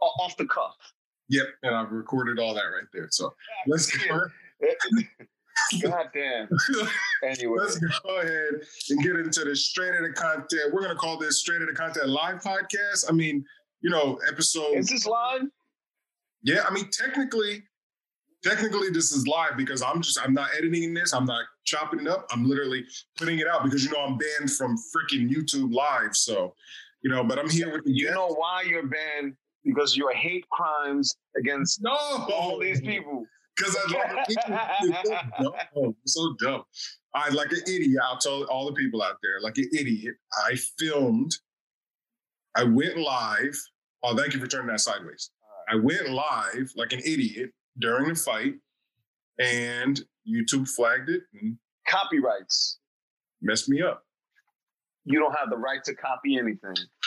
off the cuff. Yep, and I've recorded all that right there. So let's go. God damn. Anyway, Let's go ahead and get into the straight of the content. We're gonna call this straight of the content live podcast. I mean, you know, episode. is this live? yeah, I mean, technically, technically, this is live because I'm just I'm not editing this. I'm not chopping it up. I'm literally putting it out because you know I'm banned from freaking YouTube Live. So, you know, but I'm here with the You guest. know why you're banned? Because your hate crimes against No, Oh. all these people. Because I love the people. You're so dumb. You're so dumb. I like an idiot. I'll tell all the people out there, like an idiot. I filmed. I went live. Oh, thank you for turning that sideways. I went live like an idiot during the fight, and YouTube flagged it and Copyrights. messed me up. You don't have the right to copy anything.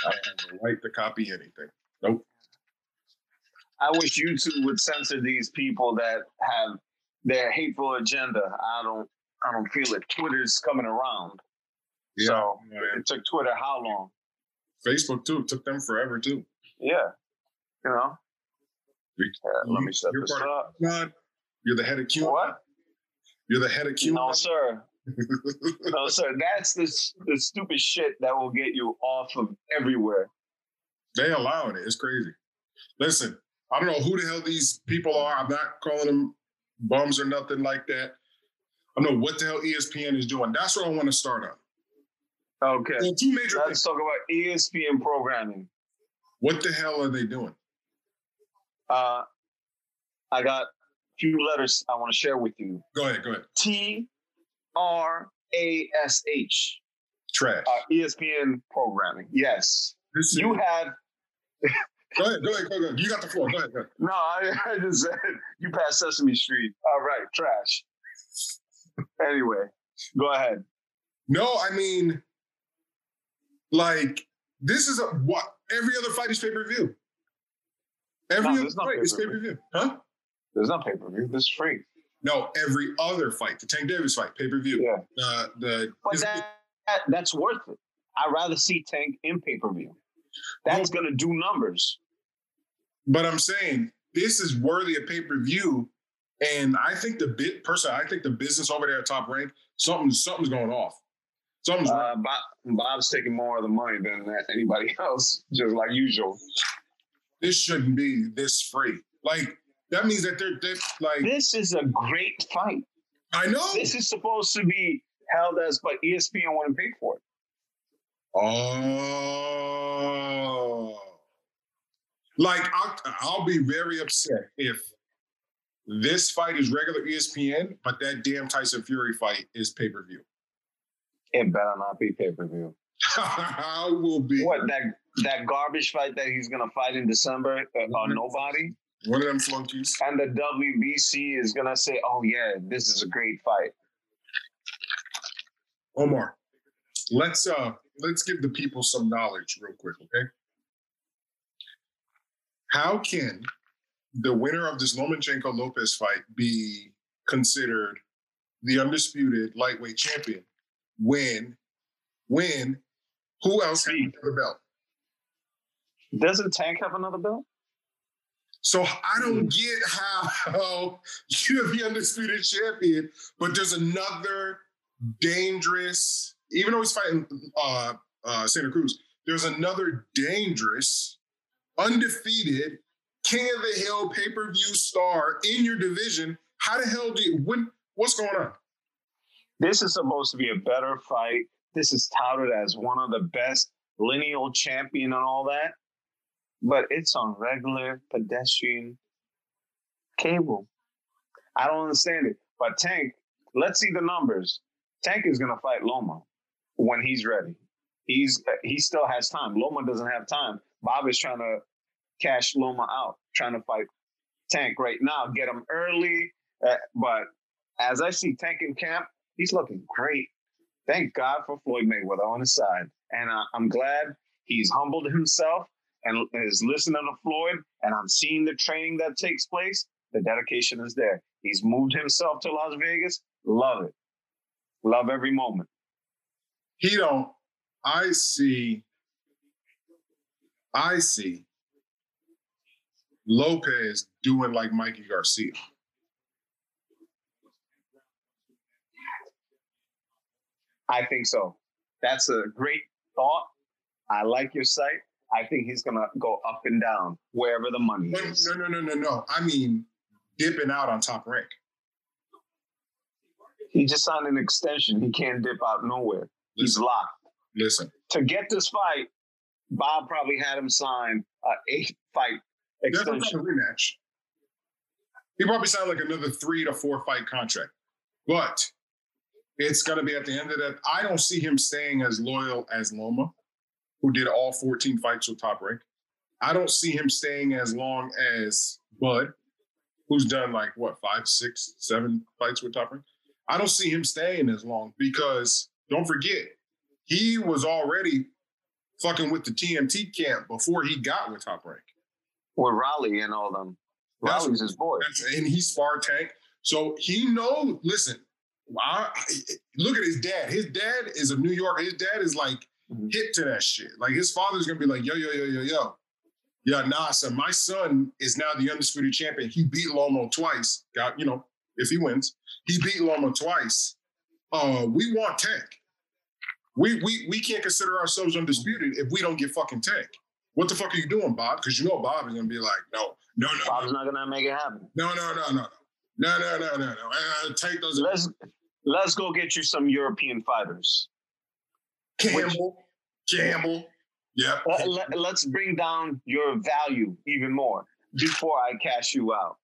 I have the right to copy anything. I wish YouTube would censor these people that have their hateful agenda. I don't I don't feel it. Twitter's coming around. So man. it took Twitter how long? Facebook too it took them forever too. Yeah. You know? We- Yeah, let me set You're this part of- up. God, you're the head of Q. What? You're the head of Q. No, sir. No, sir. That's the, s- the stupid shit that will get you off of everywhere. They allowing it. It's crazy. Listen, I don't know who the hell these people are. I'm not calling them bums or nothing like that. I don't know what the hell E ESPN is doing. That's where I want to start on. Okay. Well, two major Let's things. talk about E ESPN programming. What the hell are they doing? Uh, I got a few letters I want to share with you. Go ahead, go ahead. T R A S H. Trash. Uh, ESPN programming. Yes. This is- You have go ahead, go ahead, go ahead, go ahead. You got the floor. Go ahead, go ahead. no, I, I just said you passed Sesame Street. All right, trash. Anyway, go ahead. No, I mean, like, this is a what every other fight is pay-per-view. Every No, other there's no fight is pay-per-view. pay-per-view. Huh? There's no pay per view. This is free. No, every other fight. The Tank Davis fight, pay-per-view. Yeah. Uh, the But is- that, that- that's worth it. I'd rather see Tank in pay per view. That's going to do numbers. But I'm saying this is worthy of pay per view, and I think the bit person, I think the business over there at Top Rank, something something's going off. Something's wrong. Uh, Bob, Bob's taking more of the money than anybody else, just like usual. This shouldn't be this free. Like that means that they're, they're like This is a great fight. I know. This is supposed to be held as, but E ESPN wouldn't pay for it. Oh, like I'll, I'll be very upset if this fight is regular E ESPN, but that damn Tyson Fury fight is pay per view. It better not be pay per view. I will be What that that garbage fight that he's gonna fight in December uh, on nobody, one of them flunkies. and the WBC is gonna say, "Oh yeah, this is a great fight." Omar, let's uh let's give the people some knowledge real quick, okay? How can the winner of this Lomachenko Lopez fight be considered the undisputed lightweight champion when when who else has the belt? Doesn't Tank have another belt? So I don't get how you're the undisputed champion, but there's another dangerous, even though he's fighting uh, uh, Santa Cruz, there's another dangerous, undefeated King of the Hill pay per view star in your division. How the hell do you, when, what's going on? This is supposed to be a better fight. This is touted as one of the best lineal champion and all that, but it's on regular pedestrian cable. I don't understand it. But Tank, let's see the numbers. Tank is gonna fight Loma when he's ready. He's he still has time. Loma doesn't have time. Bob is trying to cash Loma out, trying to fight Tank right now, get him early. Uh, but as I see Tank in camp, he's looking great. Thank God for Floyd Mayweather on his side, and I, I'm glad he's humbled himself and is listening to Floyd. And I'm seeing the training that takes place. The dedication is there. He's moved himself to Las Vegas. Love it. Love every moment. He don't, I see, I see Lopez doing like Mikey Garcia. I think so. That's a great thought. I like your site. I think he's gonna go up and down wherever the money But is. no, no, no, no, no. I mean, dipping out on top rank. He just signed an extension. He can't dip out nowhere. He's locked. Listen, To get this fight, Bob probably had him sign a eight fight that's not a extension. rematch. He probably signed like another three to four fight contract, but it's going to be at the end of that. I don't see him staying as loyal as Loma, who did all 14 fights with top rank. I don't see him staying as long as Bud, who's done like what five, six, seven fights with top rank. I don't see him staying as long because don't forget he was already fucking with the TMT camp before he got with top rank. with Raleigh and all them. That's- Raleigh's his boy. That's- and he sparred Tank. So he knows. Listen, I, I- look at his dad. His dad is a New Yorker. His dad is like Mhm. hit to that shit. Like his father's gonna be like, yo, yo, yo, yo, yo. Yeah, nah, son. My son is now the undisputed champion. He beat Lomo twice. Got you know, if he wins, he beat Lomo twice. Uh, we want Tank. We we we can't consider ourselves undisputed if we don't get fucking Tank. What the fuck are you doing, Bob? Because you know Bob is gonna be like, no, no, no, no, Bob's not gonna make it happen. no, no, no, no, no, no, no, no, no. Uh, take those. Let's let's go get you some European fighters. Campbell, Campbell. Yep. Let, let, Uh, let's bring down your value even more before I cash you out.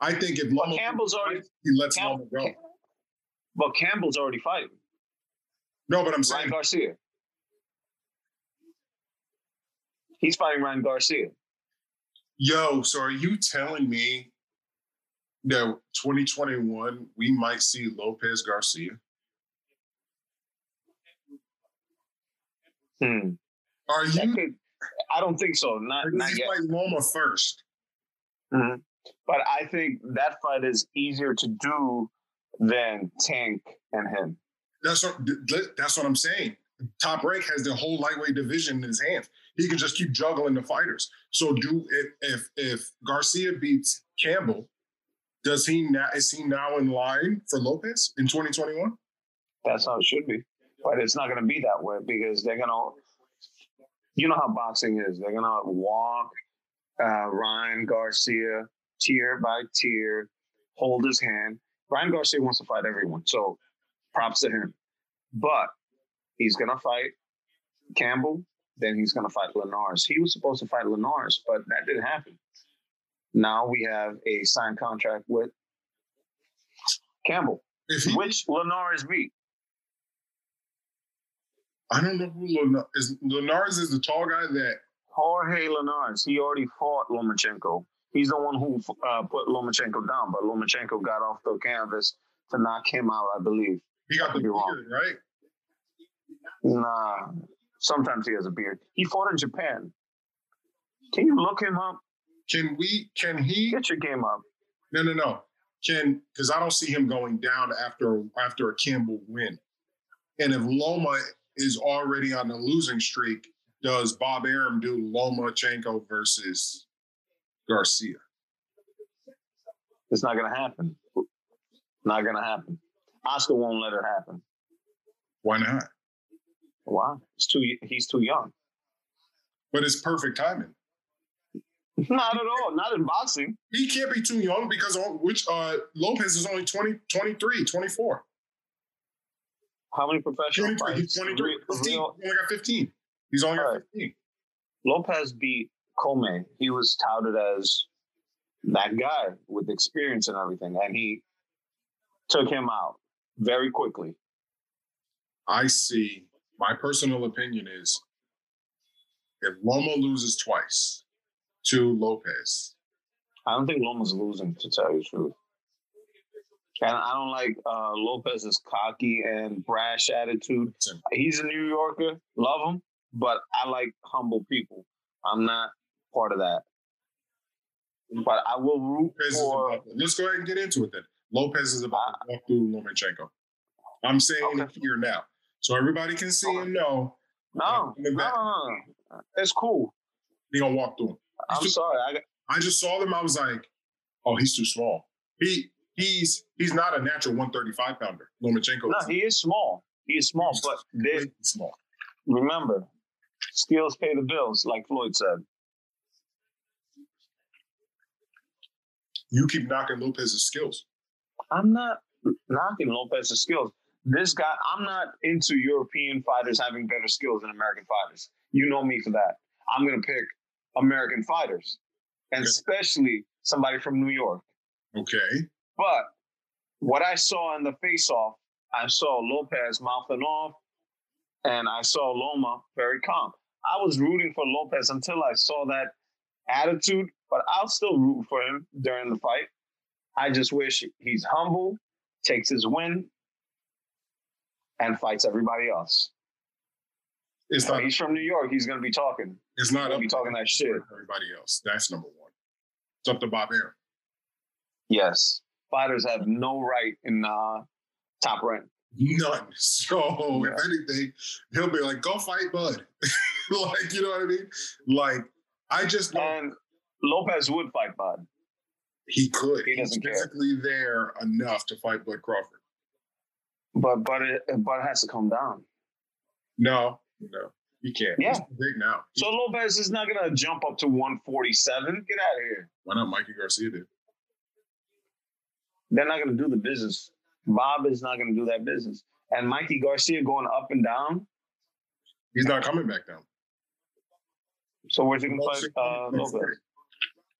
I think if But Lomo, Campbell's already he lets Campbell- Lomo go. but Campbell's already fighting. No, but I'm Ryan saying Garcia. He's fighting Ryan Garcia. Yo, so are you telling me that 2021 we might see Lopez Garcia? Hmm. Are That you? could- I don't think so. Not Or not does he yet. fight Loma first? Mhm. But I think that fight is easier to do than Tank and him. That's what. th- th- That's what I'm saying. Top rank has the whole lightweight division in his hands. He can just keep juggling the fighters. So do if if, if Garcia beats Campbell, does he now is he now in line for Lopez in 2021? That's how it should be. But it's not going to be that way because they're going to, you know how boxing is. They're going to walk uh, Ryan Garcia tier by tier, hold his hand. Ryan Garcia wants to fight everyone. So props to him. But he's going to fight Campbell. Then he's going to fight Linares. He was supposed to fight Linares, but that didn't happen. Now we have a signed contract with Campbell, If he, which Linares beat. I don't know who Linares is. Linares is the tall guy that Jorge Linares, he already fought Lomachenko. He's the one who uh, put Lomachenko down, but Lomachenko got off the canvas to knock him out, I believe. he got the You're wrong. beard, right? Nah, sometimes he has a beard. He fought in Japan. Can you look him up? Can we? Can he? Get your game up. No, no, no. Can because I don't see him going down after after a Campbell win. And if Loma is already on the losing streak, does Bob Arum do Lomachenko versus Garcia? It's not going to happen. Not going to happen. Oscar won't let it happen. Why not? Why? It's too, he's too young. But it's perfect timing. Not at all. Not in boxing. He can't be too young because on- which uh Lopez is only 20, 23, 24. How many professional 23, fights? he's 23, Real- 15. He real- only got 15. He's only got Alright. 15. Lopez beat Comey. He was touted as that guy with experience and everything, and he took him out very quickly. I see. My personal opinion is if Loma loses twice to Lopez, I don't think Loma's losing, to tell you the truth. And I don't like uh, Lopez's cocky and brash attitude. He's a New Yorker, love him, but I like humble people. I'm not part of that. But I will root Lopez is for. about, let's go ahead and get into it then. Lopez is about to walk through Lomachenko. I'm saying it Uh, Okay. here now. So everybody can see Okay. and know No, no, no, no. It's cool. he gonna walk through him. I'm sorry. I got, I just saw them. I was like, oh, he's too small. He he's he's not a natural 135 pounder. Lomachenko no, is he is small. He is small, but there, way small. remember, skills pay the bills, like Floyd said. You keep knocking Lopez's skills. I'm not knocking Lopez's skills. This guy, I'm not into European fighters having better skills than American fighters. You know me for that. I'm gonna pick American fighters, and Okay. especially somebody from New York. Okay. But what I saw in the face-off, I saw Lopez mouthing off, and I saw Loma very calm. I was rooting for Lopez until I saw that attitude, but I'll still root for him during the fight. I just wish he's humble, takes his win, and fights everybody else. It's not He's from New York. He's going to be talking. it's not Don't up be to talking that shit. everybody else. That's number one. It's up to Bob Aaron. Yes, fighters have no right in uh, top rank. None. So Yeah. if anything, he'll be like, go fight Bud. like, you know what I mean? Like, I just don't And Lopez would fight Bud. He could. He doesn't He's care. physically there enough to fight Bud Crawford. But but it but it has to come down. No, no, he can't. Yeah. He's too big now. So Lopez is not gonna jump up to 147. Get out of here. Why not Mikey Garcia did? They're not gonna do the business. Bob is not gonna do that business. And Mikey Garcia going up and down. He's not coming back down. So where's he gonna Lopez- fight uh, Lopez?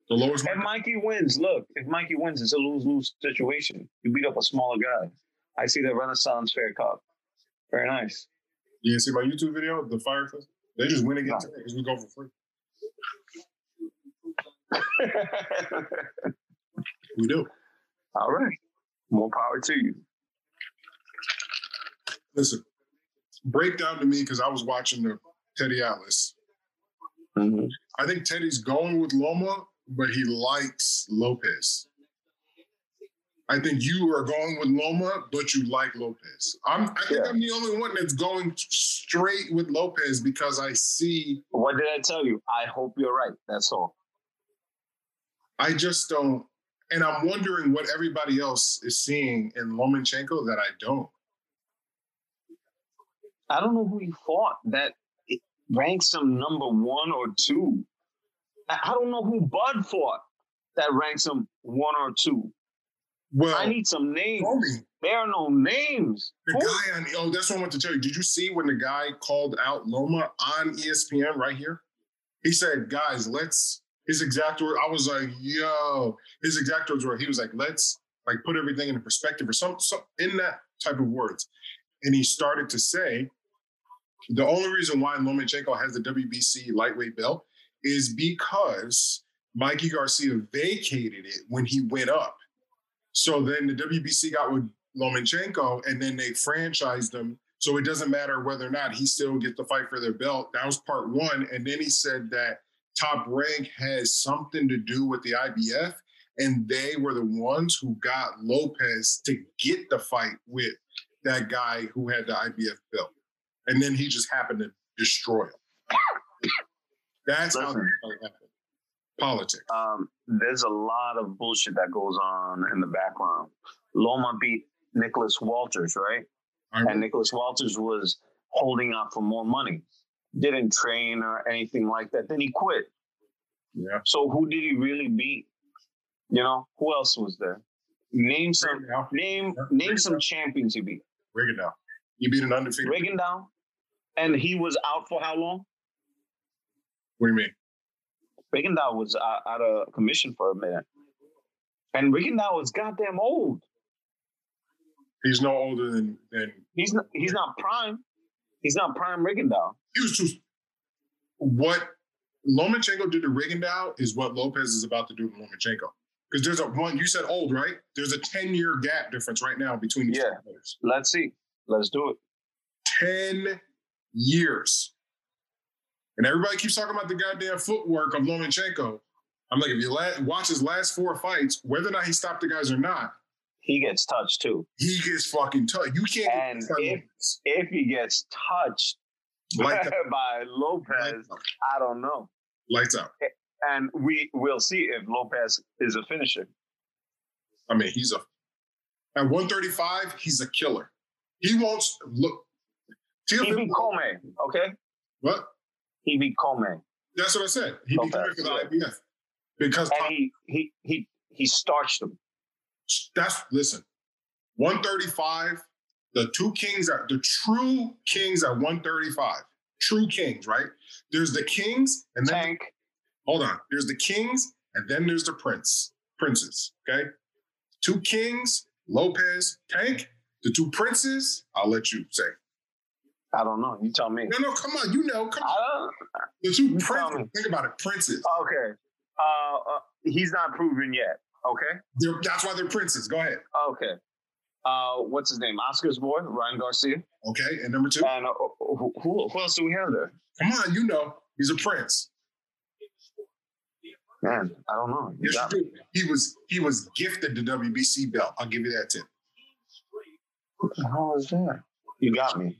The lowest If Mikey wins, look, if Mikey wins, it's a lose lose situation. You beat up a smaller guy. I see the Renaissance Fair Cup. Very nice. you didn't see my YouTube video, the fire fest? They just win again today because we go for free. We do. All right. More power to you. Listen, break down to me because I was watching the Teddy Atlas. Mm-hmm. I think Teddy's going with Loma, but he likes Lopez. I think you are going with Loma, but you like Lopez. I'm, I think Yeah. I'm the only one that's going straight with Lopez because I see, What did I tell you? I hope you're right. That's all. I just don't, and I'm wondering what everybody else is seeing in Lomachenko that I don't. I don't know who he fought that it ranks him number one or two. I I don't know who Bud fought that ranks him one or two. I Well, need some names. tell me, There are no names. the Who- guy on, oh, that's what I want to tell you. Did you see when the guy called out Loma on E ESPN right here? He said, guys, let's, his exact word, I was like, yo, his exact words were, he was like, let's like put everything into perspective or some, some in that type of words. And he started to say, the only reason why Lomachenko has the WBC lightweight belt is because Mikey Garcia vacated it when he went up. So then the WBC got with Lomachenko, and then they franchised him. So it doesn't matter whether or not he still gets the fight for their belt. That was part one. And then he said that Top Rank has something to do with the IBF, and they were the ones who got Lopez to get the fight with that guy who had the IBF belt. And then he just happened to destroy him. That's how Listen. that happened. Politics. Um, there's a lot of bullshit that goes on in the background. Loma beat Nicholas Walters, right? I and Nicholas Walters was holding out for more money. Didn't train or anything like that. Then he quit. Yeah. So who did he really beat? You know, who else was there? Name some Rigondeaux. name name some champions he beat. Rigondeaux. He beat an undefeated. Reagan down. And he was out for how long? What do you mean? Reagan down was out, out of commission for a minute. And Reagan down was goddamn old. He's no older than than He's not he's not prime. He's not prime Reagan down. he was too. What Lomachenko did to Rigondeaux is what Lopez is about to do to Lomachenko. Because there's a one you said old, right? There's a 10 year gap difference right now between these Yeah. two players. Let's see. Let's do it. 10 years. And everybody keeps talking about the goddamn footwork of Lomachenko. I'm like, if you la- watch his last four fights, whether or not he stopped the guys or not, He gets touched too. he gets fucking tough. You can't get And touched by if- Lopez. If he gets touched lights out, by Lopez, lights out, I don't know. lights out. and we will see if Lopez is a finisher. I mean, he's a at 135, he's a killer. He won't look. Teofimo- He beat Comey, okay? What? He beat Comey, That's what I said. He be Okay. coming for the IBF because and he he he he starched him. that's listen. 135. The two kings are the true kings at 135. True kings, right? There's the kings, and then Tank, hold on. There's the kings, and then there's the prince, princes. Okay, two kings, Lopez, Tank. The two princes, I'll let you say. I don't know. You tell me. No, no, come on, you know, come on. I um, don't. The two tell princes. me. Think about it, princes. Okay. Uh, uh, he's not proven yet. Okay. They're- that's why they're princes. Go ahead. Okay. Uh, what's his name? Oscar's boy, Ryan Garcia. Okay, and number two. And uh, who, who, who else do we have there? Come on, you know, he's a prince. Man, I don't know. You Yes, got you do. He was he was gifted the WBC belt. I'll give you that tip. me. How is that? You got me.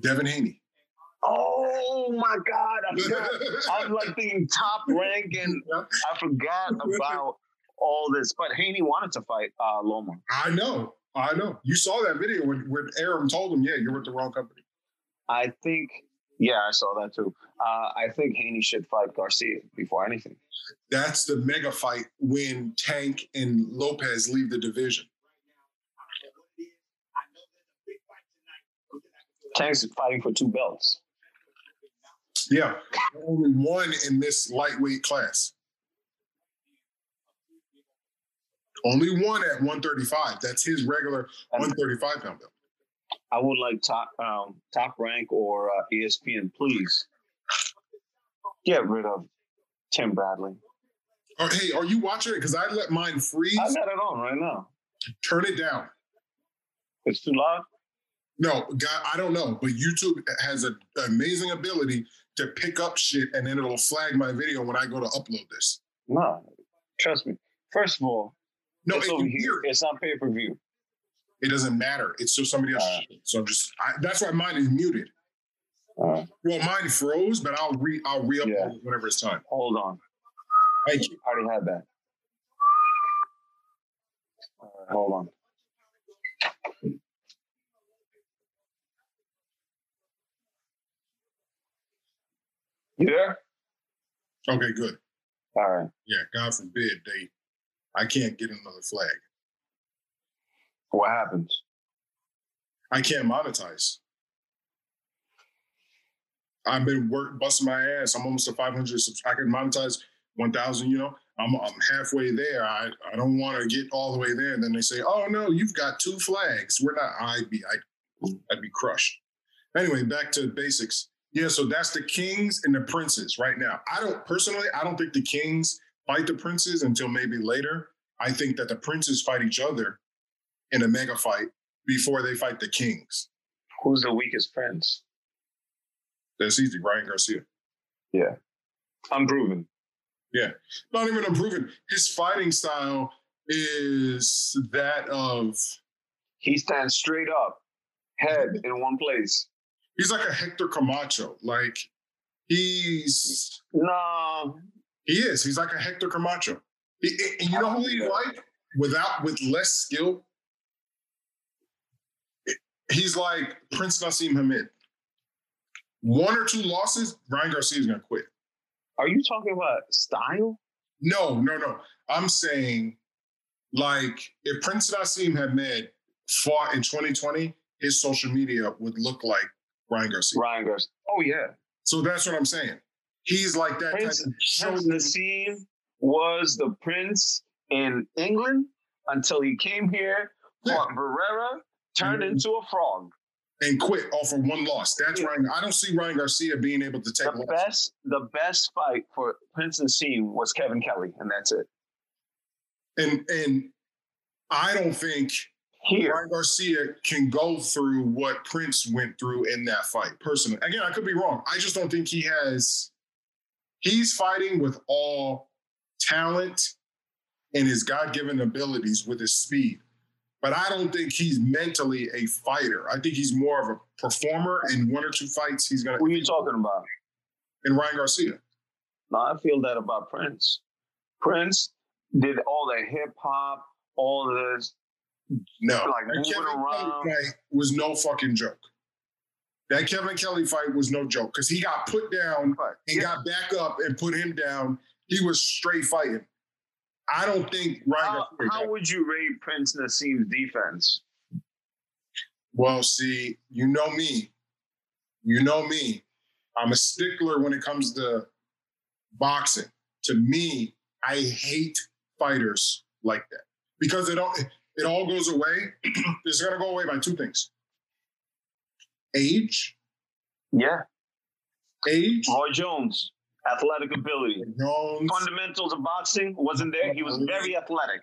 Devin Haney. Oh my God! I forgot. I'm like thinking top rank, and I forgot about all this. But Haney wanted to fight uh, Loma. I know. I know. You saw that video when, when Aram told him, yeah, you're with the wrong company. I think. Yeah, I saw that too. Uh, I think Haney should fight Garcia before anything. That's the mega fight when Tank and Lopez leave the division. Tank's fighting for two belts. Yeah. Only one in this lightweight class. Only one at 135. That's his regular And 135 pound belt. I would like top um, top rank or uh, ESPN, please get rid of Tim Bradley. Or, hey, are you watching it? Because I let mine freeze. I got it on right now. Turn it down. It's too loud. No, God, I don't know, but YouTube has an amazing ability to pick up shit and then it'll flag my video when I go to upload this. No, trust me. First of all, No, it's it, over you here. hear it. It's on pay per view. It doesn't matter. It's just somebody else. Uh. so just I, that's why mine is muted. Well, mine froze, but I'll re I'll re-upload Yeah. it whenever it's time. hold on. Thank you. I already had that. All right, hold on. You there? Okay, good. All right. Yeah, God forbid they I can't get another flag. What happens? I can't monetize. I've been work busting my ass. I'm almost to 500. subs- I can monetize 1,000. You know, I'm I'm halfway there. I, I don't want to get all the way there. And then they say, "Oh no, you've got two flags." We're not. I'd be I'd, I'd be crushed. Anyway, back to basics. Yeah, so that's the kings and the princes right now. I don't personally. I don't think the kings fight the princes until maybe later. I think that the princes fight each other in a mega fight before they fight the kings. Who's the weakest prince? That's easy, Ryan Garcia. Unproven. Not even improving. His fighting style is that of He stands straight up, head in one place. he's like a Hector Camacho. Like he's No, he is. He's like a Hector Camacho. He- he- and you know who he's like without with less skill. He's like Prince Nassim Hamid. One or two losses, Ryan Garcia's gonna quit. are you talking about style? No, no, no. I'm saying, like, if Prince Nassim Hamed fought in 2020, his social media would look like Ryan Garcia. Ryan goes, oh yeah. So that's what I'm saying. He's like that Prince- type of show. Prince Nassim was the prince in England until he came here, fought Barrera, turned Mhm. into a frog. and quit off of one loss. That's Yeah. Ryan. I don't see Ryan Garcia being able to take The loss. best, the best fight for Prince Nassim was Kevin Kelly, and that's it. And and I don't think Here, Ryan Garcia can go through what Prince went through in that fight. Personally, again, I could be wrong. I just don't think he has. He's fighting with all talent and his God-given abilities with his speed, but I don't think he's mentally a fighter. I think he's more of a performer. In one or two fights, he's gonna who are you talking about? and Ryan Garcia. Now I feel that about Prince. Prince did all the hip hop, all this No, Like, that moving Kevin around. Kelly fight was no fucking joke. That Kevin Kelly fight was no joke because he got put down and Yeah. got back up and put him down. He was straight fighting. I don't think Ryder. How, uh, how would you rate Prince Nassim's defense? well, see, you know me. You know me. I'm a stickler when it comes to boxing. To me, I hate fighters like that because it all it all goes away. it's gonna go away by two things: age, Yeah, age, Roy Jones, athletic ability, Jones, fundamentals of boxing wasn't there. He was very athletic.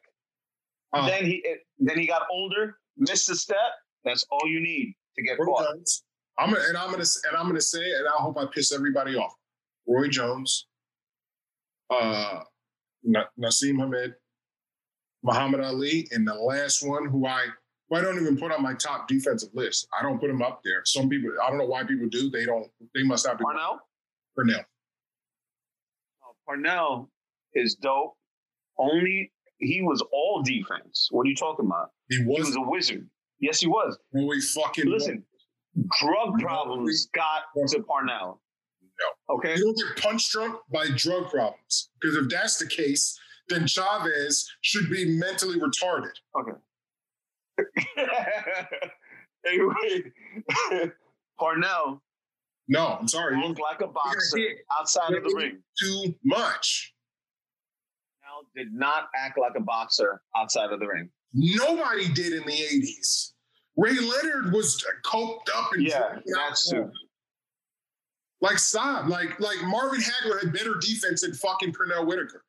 uh, Then he it, then he got older, missed a step. That's all you need to get Roy caught. Jones. I'm gonna, and I'm gonna and I'm gonna say it, and I hope I piss everybody off. Roy Jones, uh, Na- Nassim Hamed, Muhammad Ali, and the last one who I who I don't even put on my top defensive list. I don't put him up there. Some people I don't know why people do. They don't. They must not be Parnell, for now. Oh, Parnell is dope. Only he was all defense. What are you talking about? He He was wasn't a wizard. Yes, he was. no he fucking. Listen, drug problems got to Parnell. No. Okay. You don't get punch drunk by drug problems. Because if that's the case, then Chavez should be mentally retarded. anyway, Parnell No, I'm sorry. looked like a boxer Yeah, outside of the Yeah, he- ring. too much. Parnell did not act like a boxer outside of the ring. Nobody did in the 80s. Ray Leonard was coked up and Yeah, that's true. like stop. Like like Marvin Hagler had better defense than fucking Pernell Whitaker.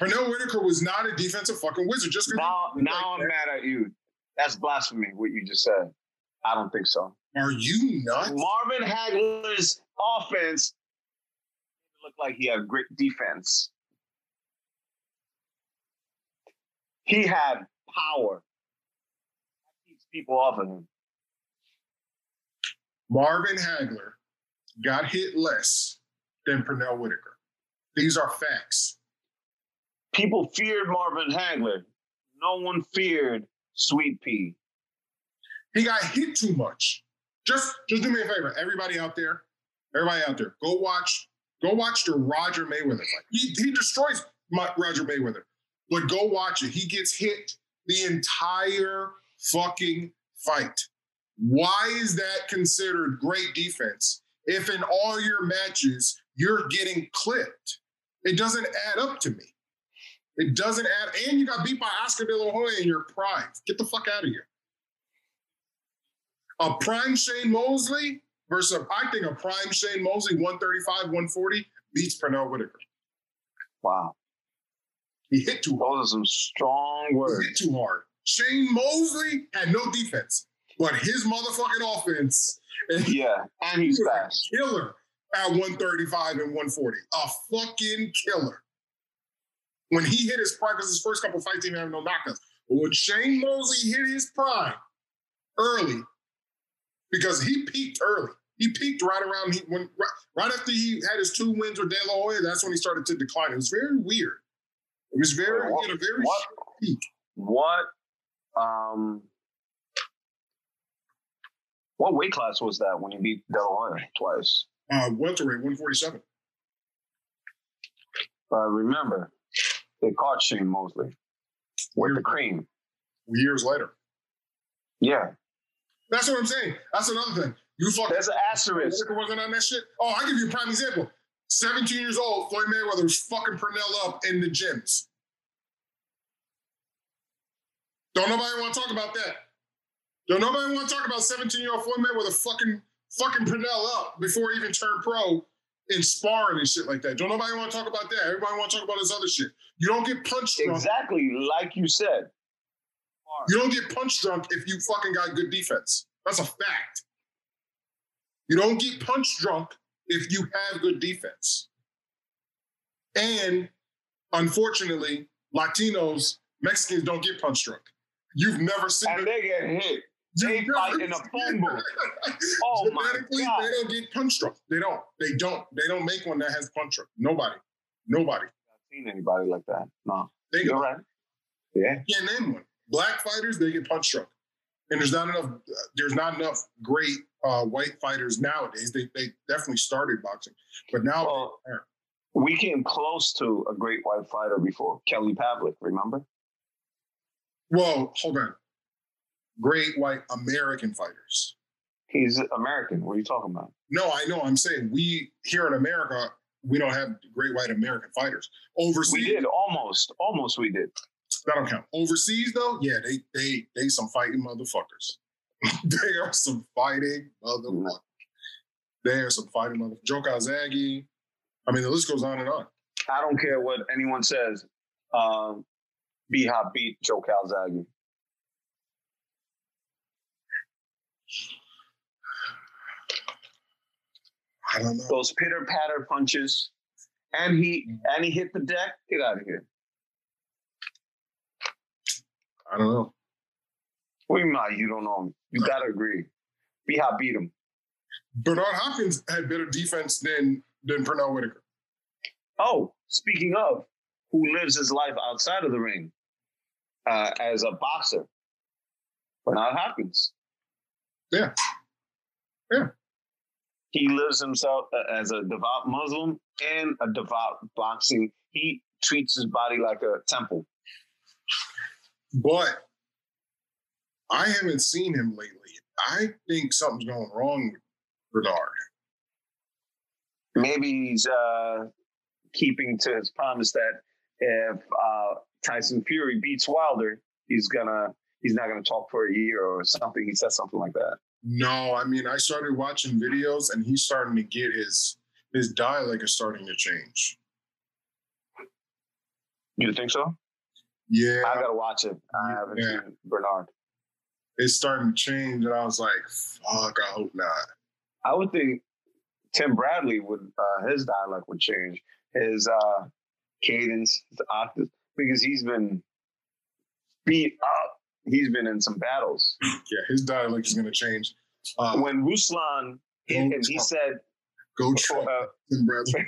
Pernell Whitaker was not a defensive fucking wizard. Just 'cause Now, you- now I'm mad at you. That's blasphemy. What you just said. I don't think so. are you nuts? Marvin Hagler's offense looked like he had great defense. He had power. That keeps people off of him. Marvin Hagler got hit less than Pernell Whitaker. These are facts. People feared Marvin Hagler. No one feared Sweet Pea. He got hit too much. Just just do me a favor, everybody out there, everybody out there, go watch, go watch the Roger Mayweather fight. He he destroys my, Roger Mayweather, but go watch it. He gets hit the entire fucking fight. Why is that considered great defense? If in all your matches you're getting clipped, it doesn't add up to me. It doesn't add, and you got beat by Oscar De La Hoya in your prime. Get the fuck out of here a prime Shane Mosley versus a, I think a prime Shane Mosley 135, 140 beats Pernell Whitaker. Wow. He hit too hard. Those are some strong He words. hit too hard. Shane Mosley had no defense, but his motherfucking offense and he Yeah. And he's was a fast. killer at 135 and 140. A fucking killer. When he hit his prime, because his first couple fights he didn't have no knockouts. But when Shane Mosley hit his prime early, because he peaked early. He peaked right around he, when right, right after he had his two wins with De La Hoya. That's when he started to decline. It was very weird. It was very What- he had a very what- peak. What um what weight class was that when he beat Delaware twice? uh, welterweight 147. But remember, they caught Shane Mosley with the cream. Years later, Yeah. that's what I'm saying. That's another thing. You fucking There's an asterisk. Whitaker wasn't on that shit. Oh, I give you a prime example. 17 years old, Floyd Mayweather was fucking Purnell up in the gyms. Don't nobody want to talk about that. Don't nobody want to talk about 17 year old Floyd Mayweather fucking fucking Purnell up before he even turned pro in sparring and shit like that. Don't nobody want to talk about that. Everybody want to talk about this other shit. You don't get punched drunk. Exactly like you said. You don't get punch drunk if you fucking got good defense. That's a fact. You don't get punch drunk if you have good defense. And unfortunately, Latinos, Mexicans don't get punch drunk. You've never seen And they get hit. they you've fight never in a phone seen- booth. Oh my Genetically, God. they don't get punch drunk. They don't. They don't. They don't make one that has punch drunk. Nobody. Nobody. I've seen anybody like that. No. Think You're about right. Yeah. it. Can't name one. Black fighters, they get punch drunk, and there's not enough. There's not enough great uh, white fighters nowadays. They they definitely started boxing, but now Well, we came close to a great white fighter before Kelly Pavlik. Remember? Whoa, hold on. Great white American fighters. He's American. What are you talking about? No, I know. I'm saying we here in America, we don't have great white American fighters. We Overseas, did almost, almost we did. that don't count. Overseas though, yeah, they they they some fighting motherfuckers. they are some fighting motherfuckers. They are some fighting motherfuckers. Joe Calzaghe. I mean, the list goes on and on. I don't care what anyone says. Um, B Hop beat Joe Calzaghe. I don't know. Those pitter patter punches, and he and he hit the deck. Get out of here. I don't know. We might. You don't know him. You gotta agree. B Hop beat him. Bernard Hopkins had better defense than than Pernell Whitaker. Oh, speaking of, who lives his life outside of the ring uh, as a boxer? Bernard Hopkins. Yeah. Yeah. He lives himself uh, as a devout Muslim and a devout boxing. He treats his body like a temple. but I haven't seen him lately. I think something's going wrong with Bernard. Maybe he's uh, keeping to his promise that if uh, Tyson Fury beats Wilder, he's gonna he's not gonna talk for a year or something. He said something like that. No, I mean I started watching videos and he's starting to get his his dialect is starting to change. You think so? Yeah, I gotta watch it. I haven't Yeah. seen Bernard. it's starting to change, and I was like, "Fuck, I hope not." I would think Tim Bradley would uh, his dialect would change his uh, cadence, his octaves, because he's been beat up. He's been in some battles. Yeah, his dialect is going to change. Uh, When Ruslan hit him, he said, go Trump, uh, Tim Bradley.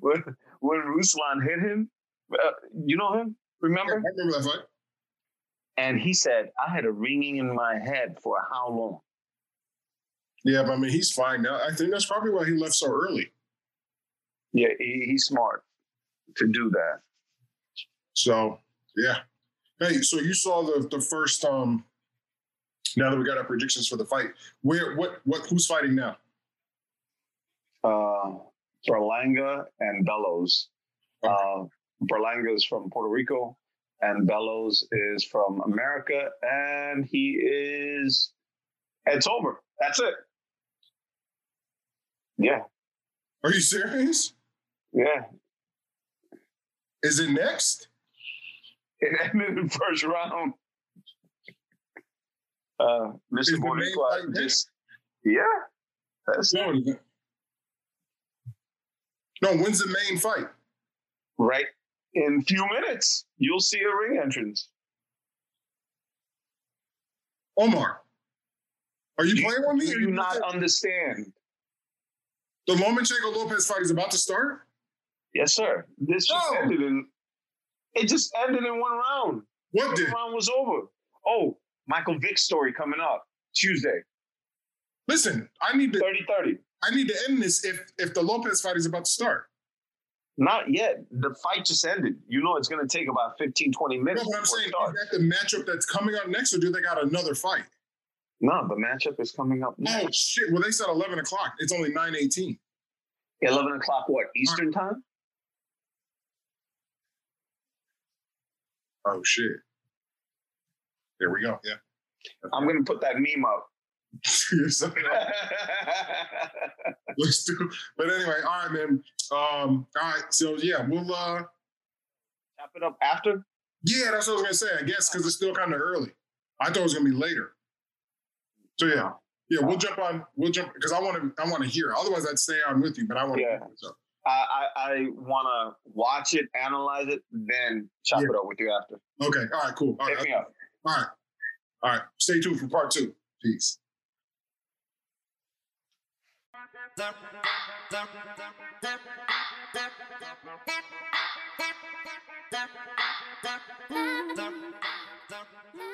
when, when Ruslan hit him, uh, you know him, I remember? remember that fight. And he said, I had a ringing in my head for how long? Yeah, but I mean he's fine now. I think that's probably why he left so early. Yeah, he, he's smart to do that. So yeah. Hey, so you saw the the first um now that we got our predictions for the fight. Where what what who's fighting now? uh, Berlanga and Bellows. Uh, Berlanga is from Puerto Rico, and Bellows is from America, and he is. It's over. That's it. Yeah, Are you serious? yeah. Is it next? It ended in first round. Uh, Is the Mr. main fight Boricua next? just. Yeah, that's it. No, it isn't. No, when's the main fight? right. In few minutes, you'll see a ring entrance. Omar. Are you Do- playing with me? Do you not understand? the Lomachenko Lopez fight is about to start? Yes, sir. This just No. ended in it just ended in one round. What One did? round was over. Oh, Michael Vick's story coming up Tuesday, Listen, I need to 30 30. I need to end this if if the Lopez fight is about to start. Not yet. The fight just ended. You know it's gonna take about 15, 20 No, minutes. but I'm before it saying is starts. that the matchup that's coming up next, or do they got another fight? No, the matchup is coming up now. Oh shit! Well, they said eleven o'clock. It's only nine eighteen. 11 o'clock, what, Eastern time? Oh shit! There we go. Yeah. I'm gonna put that meme up. Yes. Let's do. But anyway, all right, man. Um. All right. So yeah, we'll. uh Wrap it up after? Yeah, that's what I was gonna say. I guess because it's still kind of early. I thought it was gonna be later. So yeah, yeah, we'll jump on. We'll jump because I want to. I want to hear. Otherwise, I'd stay on with you. But I want to. Yeah. I I, I wanna watch it, analyze it, then chop Yeah. it up with you after. Okay. All right. Cool. All Hit right. me up. All right. All right. Stay tuned for part two. Peace. Thank you.